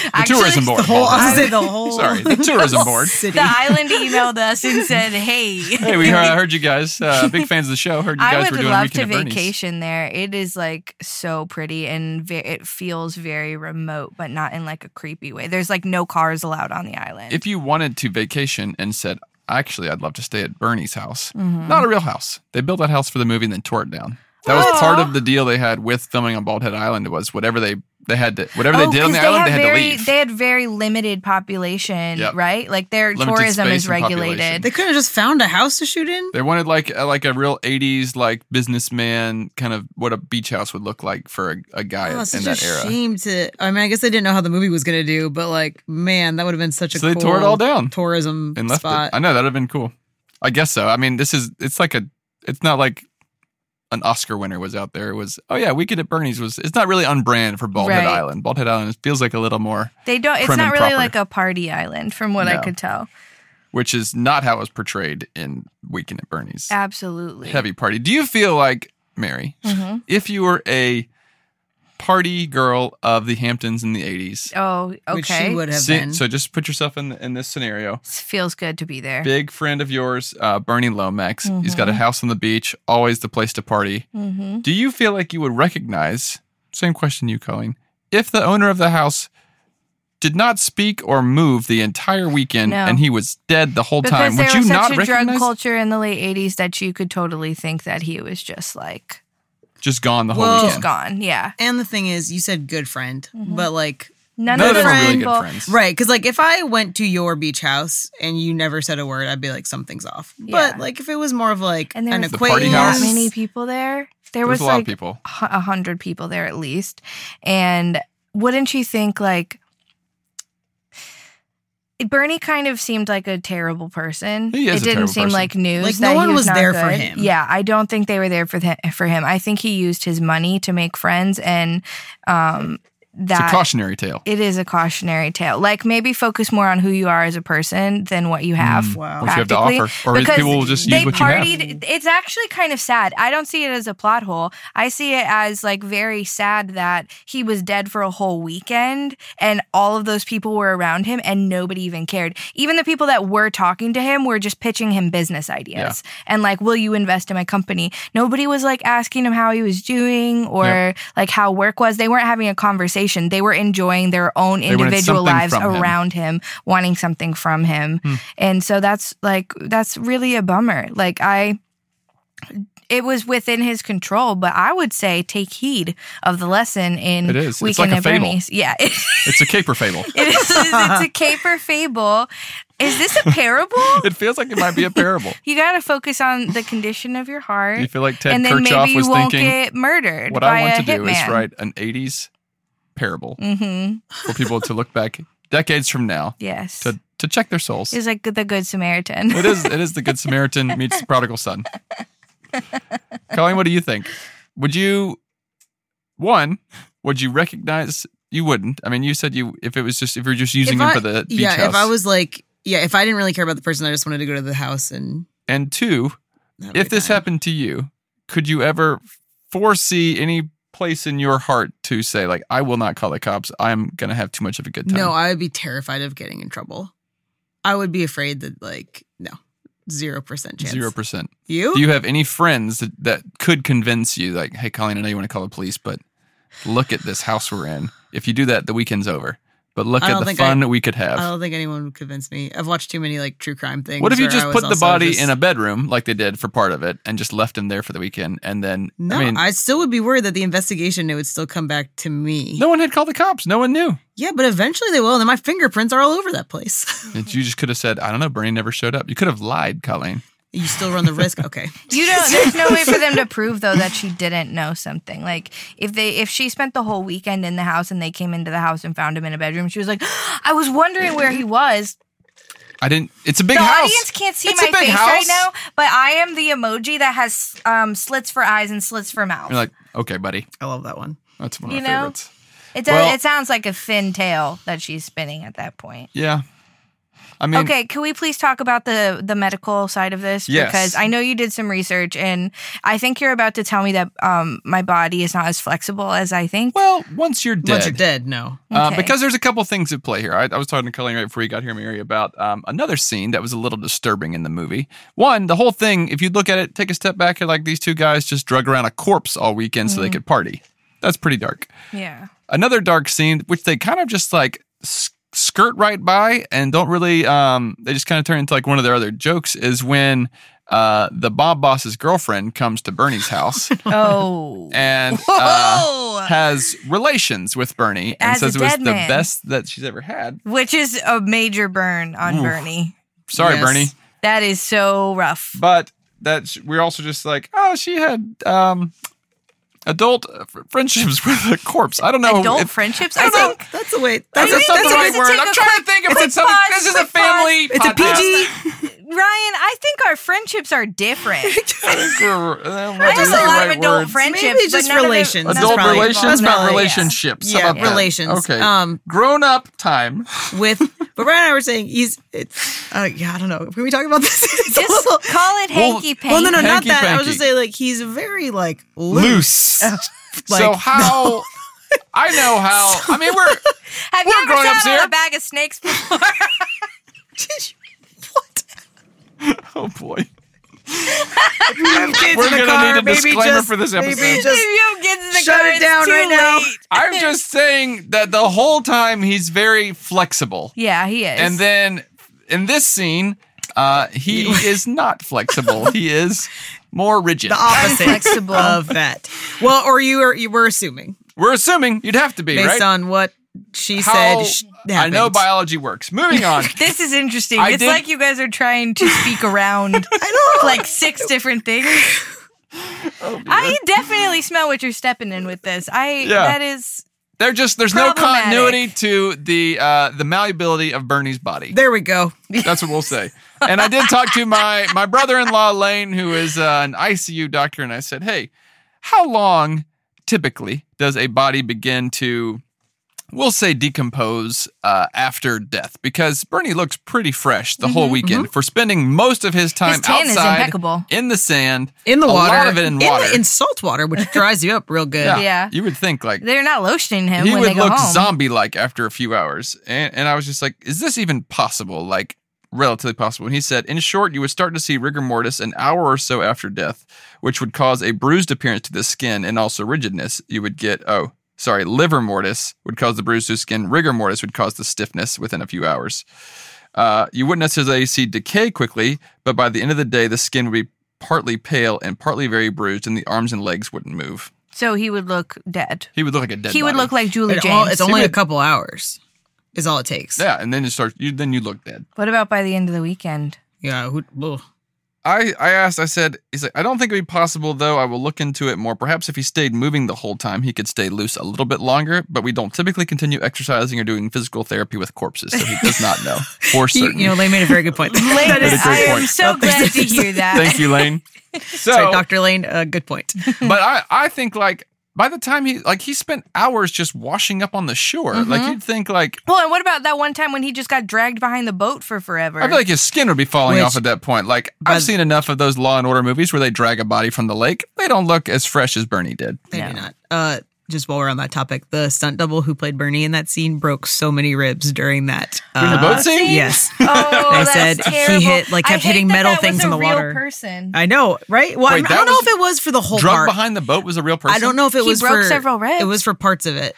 The Actually, tourism board. The whole, Bald I was Head gonna say the Oh, whole. Island. Sorry, the tourism board. City. the island emailed us and said, "Hey." Hey, we uh, heard you guys. Uh, big fans of the show. Heard you I guys would were doing love to Weekend at Bernie's. vacation there. It is like so pretty and ve- it feels very remote, but not in like a creepy way. There's like no cars allowed on the island. If you wanted to vacation and said, actually, I'd love to stay at Bernie's house, Mm-hmm. not a real house. They built that house for the movie and then tore it down. That was Aw. part of the deal they had with filming on Bald Head Island was whatever they they had to whatever they did on Oh, 'cause the island, had they had very, to leave. They had very limited population, Yep. right? Like their Limited tourism space is and population. regulated. They could have just found a house to shoot in. They wanted like a, like a real '80s like businessman kind of what a beach house would look like for a, a guy Oh, in such that a era. shame to. I mean, I guess they didn't know how the movie was gonna do, but like, man, that would have been such a. So they cool tore it all down Tourism and left spot. it. I know that'd have been cool. I guess so. I mean, this is it's like a it's not like an Oscar winner was out there. It was oh yeah, Weekend at Bernie's was it's not really on brand for Bald Head Right. Island. Bald Head Island feels like a little more, They don't. It's Prim not and really proper. like a party island, from what I No. could tell. which is not how it was portrayed in Weekend at Bernie's. Absolutely. Heavy party. Do you feel like Mary, Mhm. if you were a party girl of the Hamptons in the eighties? Oh, Which okay. she would have si- been. So just put yourself in in this scenario. Feels good to be there. Big friend of yours, uh, Bernie Lomax. He's got a house on the beach, always the place to party. Mm-hmm. Do you feel like you would recognize, same question you, Colleen, if the owner of the house did not speak or move the entire weekend No. and he was dead the whole Because time? there Would you was not such a drug recognize culture in the late '80s that you could totally think that he was just like just gone the whole Well- just weekend? gone. Yeah. and the thing is, you said good friend, Mm-hmm. but like, None, None of of them those were really people. good friends. right? Because like, if I went to your beach house and you never said a word, I'd be like, something's off. But Yeah. like, if it was more of like And there an was The party acquaintance, house. so many people there. There There was was, a lot like of people. hu- a hundred people there at least. And wouldn't you think like Bernie kind of seemed like a terrible person. He is it a didn't terrible seem person. like news. Like, no that he one was not there good. for him. Yeah, I don't think they were there for th- for him. I think he used his money to make friends and um It's a that cautionary tale. it is a cautionary tale. Like maybe focus more on who you are as a person than what you have. Wow. What you have to practically, offer, or because people will just they use what you have. partied. It's actually kind of sad. I don't see it as a plot hole. I see it as like very sad that he was dead for a whole weekend and all of those people were around him and nobody even cared. Even the people that were talking to him were just pitching him business ideas and like, will you invest in my company? Nobody was like asking him how he was doing or Yeah. like how work was. They weren't having a conversation. They were enjoying their own wanted individual something lives from him. around him, wanting something from him. And so that's like that's really a bummer. Like I it was within his control, but I would say take heed of the lesson in It is. It's Weekend like a at fable. Bernie's. Yeah. It, It's a caper fable. it is it's a caper fable. Is this a parable? It feels like it might be a parable. You gotta focus on the condition of your heart. Do you feel like Ted and then Kirchhoff maybe was you won't thinking, get murdered. what I by want to a do hitman. is write an 80s parable Mm-hmm. for people to look back decades from now Yes. to, to check their souls. It's like the Good Samaritan. it is it is the good Samaritan meets the prodigal son. Colleen, what do you think? Would you one, would you recognize you wouldn't? I mean you said you if it was just if you're just using If him I- for the beach yeah, house. if I was like, yeah, if I didn't really care about the person, I just wanted to go to the house and. and two, have a if good this time. happened to you, could you ever foresee any place in your heart to say, like, I will not call the cops. I'm gonna have too much of a good time. no, I would be terrified of getting in trouble. I would be afraid that, like, no, zero percent chance. Zero percent. You? Do you have any friends that, that could convince you, like, hey, Colleen, I know you want to call the police, but look at this house we're in. If you do that, the weekend's over. But look I at don't the think I- fun we could I have. don't think anyone would convince me. I've watched too many like true crime things. What if you where I just was put the also body just- in a bedroom like they did for part of it and just left him there for the weekend? And then, No, I mean, I still would be worried that the investigation it would still come back to me. no one had called the cops. No one knew. Yeah, but eventually they will. And then my fingerprints are all over that place. And you just could have said, I don't know, Bernie never showed up. You could have lied, Colleen. you still run the risk. Okay. You don't. There's no way for them to prove though that she didn't know something. Like if they, if she spent the whole weekend in the house and they came into the house and found him in a bedroom, she was like, "I was wondering where he was." I didn't. It's a big the house. audience can't see It's a my big face house. right now, but I am the emoji that has um, slits for eyes and slits for mouth. You're like, okay, buddy. I love that one. That's one of You my know? favorites. it does, well- it sounds like a thin tail that she's spinning at that point. Yeah. I mean, okay, can we please talk about the the medical side of this? Yes. Because I know you did some research, and I think you're about to tell me that um, my body is not as flexible as I think. well, once you're dead. Once you're dead, no. Uh, Okay. because there's a couple things at play here. I, I was talking to Colleen right before you got here, Mary, about um, another scene that was a little disturbing in the movie. One, the whole thing, if you look at it, take a step back, you're like, these two guys just drug around a corpse all weekend so they Mm-hmm. could party. That's pretty dark. yeah. another dark scene which they kind of just like s- skirt right by and don't really um they just kind of turn into like one of their other jokes is when uh the bob boss's girlfriend comes to bernie's house Oh. and uh, Whoa! has relations with bernie and As says a it was dead the man. best that she's ever had Which is a major burn on Oof. Bernie. sorry Yes. bernie That is so rough. but that we're also just like oh she had um adult uh, fr- friendships with a corpse i don't know Adult if- friendships, I I don't- think. That's a way. that's, That's, a, think not that's the a- right it's a word. take I'm a trying quick- to think of it's a it. something- pause, This is a quick pause. family. It's a podcast. PG. Ryan, I think our friendships are different. I think we're- uh, I just we're a the lot right of adult words. friendships. Maybe but just none of the- relations. none of Adult the probably- relations, that's involved. not probably- relationships. How Yeah, about that? relations. Okay. Um, Grown up time. with but Ryan and I were saying he's it's uh, yeah I don't know can we talk about this It's a Just little- call it hanky panky. well no no not Hanky that I was just panky. saying like he's very like loose, Loose. so Like, how? I know how. I mean, we're Have We're you ever grown-ups sat on here. a bag of snakes before? what oh boy. have kids We're in the gonna car, need a maybe disclaimer just- for this maybe episode. if just you have kids in the shut car, it it's down too right now. late. I'm just saying that the whole time he's very flexible, Yeah, he is. and then in this scene, uh, he is not flexible. He is more rigid. the opposite Flexible. of that well or you were you were assuming We're assuming you'd have to be based right. on what she how said sh- I know happened. biology works. Moving on. This is interesting. I it's did- like you guys are trying to speak around like six different things. Oh, I definitely smell what you're stepping in with this. I Yeah. that is They're just there's no Problematic. continuity to the uh, the malleability of Bernie's body. there we go That's what we'll say. And I did talk to my my brother-in-law Lane, who is uh, an ICU doctor, and I said, "Hey, how long typically does a body begin to we'll say decompose uh, after death because Bernie looks pretty fresh the whole weekend for spending most of his time His tan is outside impeccable. in the sand, in the a water, lot of it in water. the, in salt water, which dries you up real good. Yeah. you would think like They're not lotioning him he when would they go look home. zombie like after a few hours. And, and I was just like, is this even possible? Like, relatively possible. And he said, in short, you would start to see rigor mortis an hour or so after death, which would cause a bruised appearance to the skin and also rigidness. You would get, oh, sorry, liver mortis would cause the bruise to the skin. Rigor mortis would cause the stiffness within a few hours. Uh, you wouldn't necessarily see decay quickly, but by the end of the day, the skin would be partly pale and partly very bruised, and the arms and legs wouldn't move. so he would look dead. He would look like a dead. he would body. look like Julie It James. all- it's only a would- couple hours, is all it takes. Yeah, and then you start. You then you look dead. what about by the end of the weekend? Yeah, who, ugh. I I asked. I said, he's like, I don't think it'd be possible though. I will look into it more. Perhaps if he stayed moving the whole time, he could stay loose a little bit longer. But we don't typically continue exercising or doing physical therapy with corpses, so he does not know for You, certain. you know, they made a very good point. Lane, That is- a great I am point. so glad to hear that. Thank you, Lane. So, Sorry, Dr. Lane, uh, good point. but I I think like by the time he like he spent hours just washing up on the shore. Like Mm-hmm. you'd think like Well, and what about that one time when he just got dragged behind the boat for forever? I feel like his skin would be falling Which- off at that point. Like I've But- seen enough of those Law and Order movies where they drag a body from the lake. They don't look as fresh as Bernie did. Maybe Yeah. not. Uh, just while we're on that topic, the stunt double who played Bernie in that scene broke so many ribs during that. uh, During the Uh, boat scene? Yes. oh, They that's said he terrible. hit, like, I kept hate hitting that metal that things was in a the real water. Person. I know, right? Well, I Wait, mean, I that don't know was if it was for the whole Drug part. behind the boat was a real person. I don't know if it He was broke for several ribs. It was for parts of it.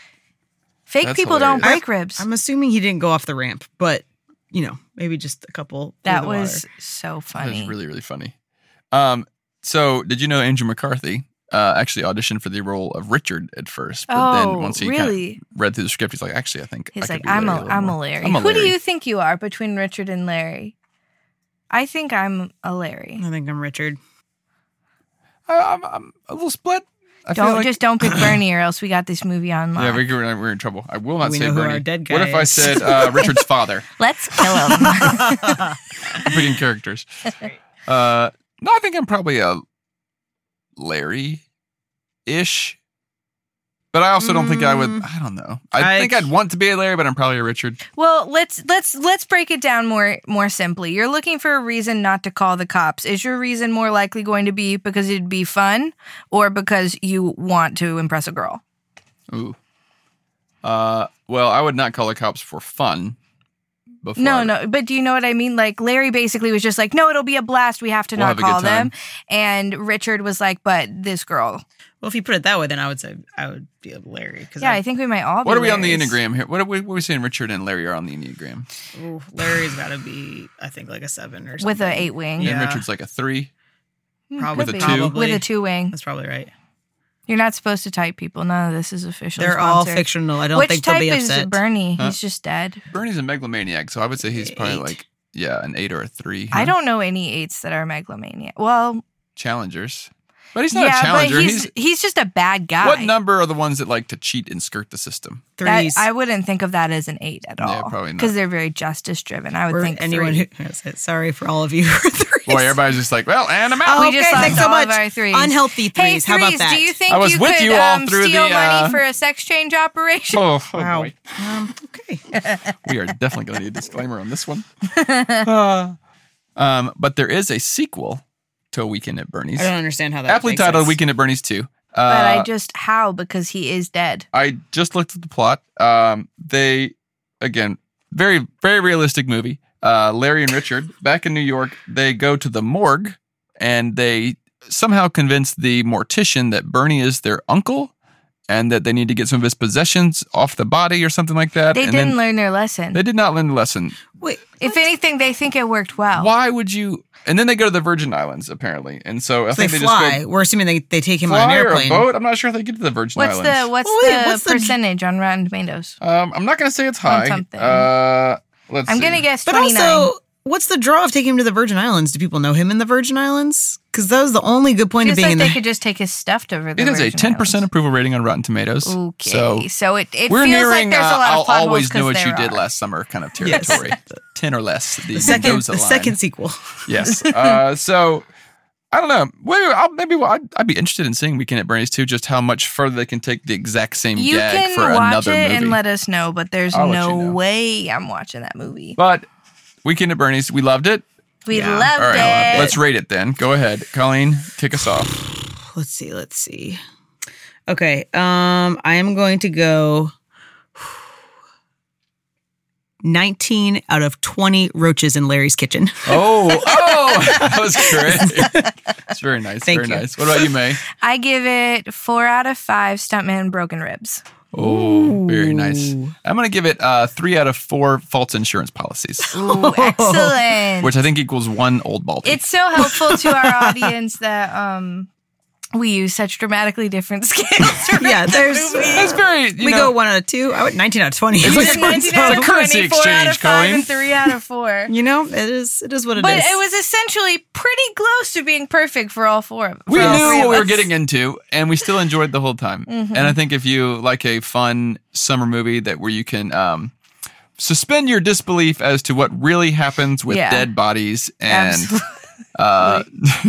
Fake That's people don't hilarious. break ribs. I'm assuming he didn't go off the ramp, but you know, maybe just a couple. through that the water. was so That was funny. really really funny. Um, so did you know Andrew McCarthy uh, actually auditioned for the role of Richard at first, but Oh, then once he kinda really? read through the script, he's like, actually, I think I He's could like, be I'm Larry a, little I'm more." a Larry. I'm a Who do Larry. you think you are between Richard and Larry? I think I'm a Larry. Mm, I think I'm Richard. I, am I'm a little split. I feel don't like- just don't pick Bernie, or else we got this movie on lock. Yeah, we, we're we're in trouble. I will not We say know who Bernie. our dead what guy if I is. said uh, Richard's father? Let's Oh, kill him. I'm picking characters. Uh, no, I think I'm probably a Larry ish. But I also don't think I Mm. would. I don't know. I, I- think I'd want to be a Larry, but I'm probably a Richard. well, let's let's let's break it down more more simply. You're looking for a reason not to call the cops. Is your reason more likely going to be because it'd be fun, or because you want to impress a girl? Ooh. Uh, well, I would not call the cops for fun. Before No, I- no, but do you know what I mean? Like Larry basically was just like, "No, it'll be a blast. We have to We'll not have a good call time." them." And Richard was like, "But this girl." Well, if you put it that way, then I would say I would be a Larry because Yeah, I think we might all. be What are we on the Larrys. enneagram here? What are we, what are we saying? Richard and Larry are on the enneagram, Ooh, Larry's got to be, I think, like a seven or something. with a eight wing? and Yeah. Richard's like a three. Hmm, Probably. could With a be. two? With a two wing. That's probably right. You're not supposed to type people. None of this is official. They're all sponsored. fictional. I don't Which think type they'll be is upset. Bernie? Huh? He's just dead. Bernie's a megalomaniac, so I would say he's probably Eight. like yeah, an eight or a three. I huh? don't know any eights that are megalomania. Well, challengers, but he's not yeah, a challenger. but He's, he's, he's just a bad guy. what number are the ones that like to cheat and skirt the system? That, Threes. I wouldn't think of that as an eight at all. Yeah, probably not. because they're very justice driven. I would Or think anyone three. who that's it. sorry for all of you who are threes. Boy, everybody's just like, well, and I'm out. we okay, just lost thanks so all of much. our threes. Unhealthy threes. Hey, How about threes, that? do you think I was you with could you all um, through steal the, uh, money for a sex change operation? Oh, oh Wow. boy. Um, okay. we are definitely going to need a disclaimer on this one. Uh, um, but there is a sequel to Weekend at Bernie's. I don't understand how that. aptly makes titled sense. Weekend at Bernie's 2. Uh, But I I, just how because he is dead. just looked at the plot. Um, they, again, very, very realistic movie. Uh, Larry and Richard, back in New York, they go to the morgue and they somehow convince the mortician that Bernie is their uncle and that they need to get some of his possessions off the body or something like that. They and didn't then learn their lesson. they did not learn the lesson. Wait, if anything, they think it worked well. Why would you? And then they go to the Virgin Islands apparently, and so I so they think they, fly. just We're assuming they, they take go him on an fly or a airplane. boat. I'm not sure if they get to the Virgin What's Islands. the what's, Well, wait, the what's the- percentage on Rotten Tomatoes? um, I'm not going to say it's On high. something. Uh, let's. I'm see. gonna guess But twenty nine. also, what's the draw of taking him to the Virgin Islands? Do people know him in the Virgin Islands? Because that was the only good point of Feels being like in they there. could just take his stuff to the It is a Virgin 10 percent Islands. approval rating on Rotten Tomatoes. Okay, So so, it, it we're feels nearing. like there's uh, a lot I'll of plot holes always know 'cause what there you did are. last summer kind of Yes. territory. Ten or less. The, the second, those the align. second sequel. Yes. Uh, so I don't know. Well, I'll, maybe well, I'd, I'd be interested in seeing Weekend at Bernie's too. Just how much further they can take the exact same You gag can for watch another it movie. and let us know, but there's I'll let no you know. way I'm watching that movie. but Weekend at Bernie's, we loved it. We Yeah. loved All right, it. let's rate it then. Go ahead, Colleen, kick us off. Let's see. Let's see. Okay. Um, I am going to go 19 out of 20 roaches in Larry's kitchen. Oh, oh, that was great. It's very nice. Thank very you. nice. What about you, May? I give it four out of five stuntman broken ribs. Oh, very nice. Ooh. I'm gonna give it uh, three out of four false insurance policies, Ooh, excellent. which I think equals one old Baldy. it's so helpful to our audience that um we use such dramatically different scales. to Yeah, rate the there's- movie. That's very. You we know, go one out of two. I went 19 out of 20. You did This one's 19 out of It's a currency 20, four out of exchange, five Colleen. and three out of four. You know, it is. It is what it is. But it was essentially pretty close to being perfect for all four of we for all three knew of what we were us. Mm-hmm. getting into, and we still enjoyed the whole time. And I think if you like a fun summer movie that where you can um, suspend your disbelief as to what really happens with Yeah. dead bodies, and Absolutely. uh,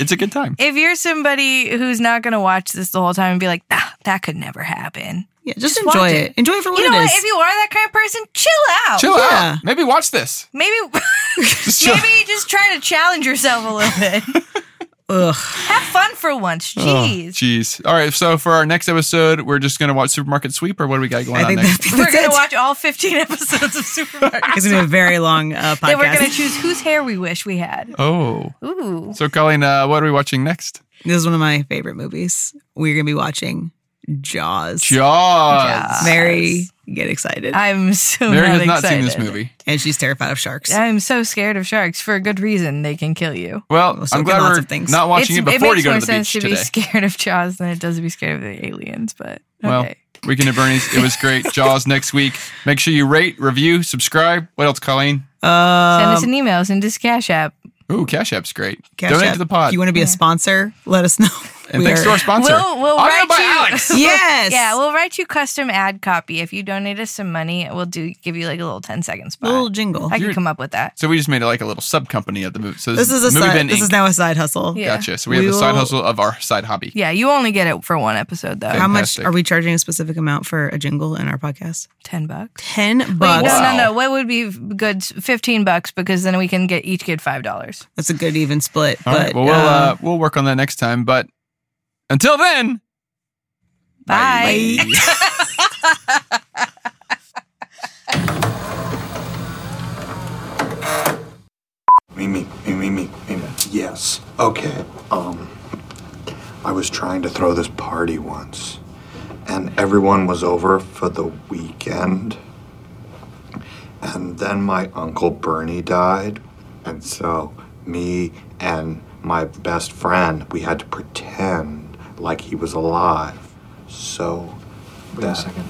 it's a good time. If you're somebody who's not going to watch this the whole time and be like, ah, that could never happen. Yeah, just, Just enjoy watch it. it. Enjoy it for what you know it what? is. If you are that kind of person, chill out. Chill yeah. out. Maybe watch this. Maybe, Just chill. maybe just try to challenge yourself a little bit. Ugh. Have fun for once. Oh, Jeez. Jeez. All right. So for our next episode, we're just going to watch Supermarket Sweep, or what do we got going I on think next? that's, we're that's going it. to watch all 15 episodes of Supermarket. It's gonna be a very long uh, podcast. then we're going to choose whose hair we wish we had. oh. Ooh. So Colleen, uh, what are we watching next? This is one of my favorite movies. We're gonna be watching Jaws. Jaws. Mary, get excited. I'm so Mary has not excited. seen this movie. and she's terrified of sharks. I'm so scared of sharks for a good reason. They can kill you. Well, Well, so I'm can glad lots we're of things. not watching It's- it before you makes go to more the sense beach to be today. scared of Jaws than it does to be scared of the aliens. But Well, okay. Weekend at Bernie's. It was great. Jaws next week. Make sure you rate, review, subscribe. What else, Colleen? send us Um, an email. Send us Cash App. Ooh, Cash App's great. Cash Donate App, to the pod. If you want to be a sponsor, let us know. and We thanks are- to our sponsor. We'll- we'll Audio write by you- Alex. yes. Yeah, we'll write you custom ad copy. If you donate us some money, we'll do give you like a little 10 second spot. little jingle. I can You're- come up with that. So we just made it like a little sub company of the movie. So this is a movie side, Bin this Inc. is now a side hustle. Yeah. Gotcha. So we, We have a side will- hustle of our side hobby. Yeah, you only get it for one episode though. How much Fantastic. are we charging a specific amount for a jingle in our podcast? 10 bucks. Ten Wait, bucks. no, no, Wow. no. What would be good? 15 bucks because then we can get each kid $5. That's a good even split. All but um, right. Well, we'll uh, we'll work on that next time. But until then, Bye. bye. Mimi, Mimi, Mimi, Mimi. Yes. Okay. Um, I was trying to throw this party once, and everyone was over for the weekend. And then my uncle Bernie died, and so me and my best friend we had to pretend like he was alive. So Wait a second.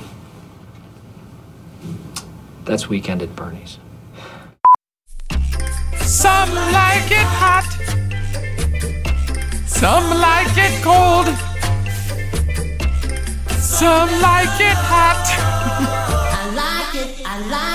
That's Weekend at Bernie's. Some like it hot. Some like it cold. Some like it hot. I like it, I like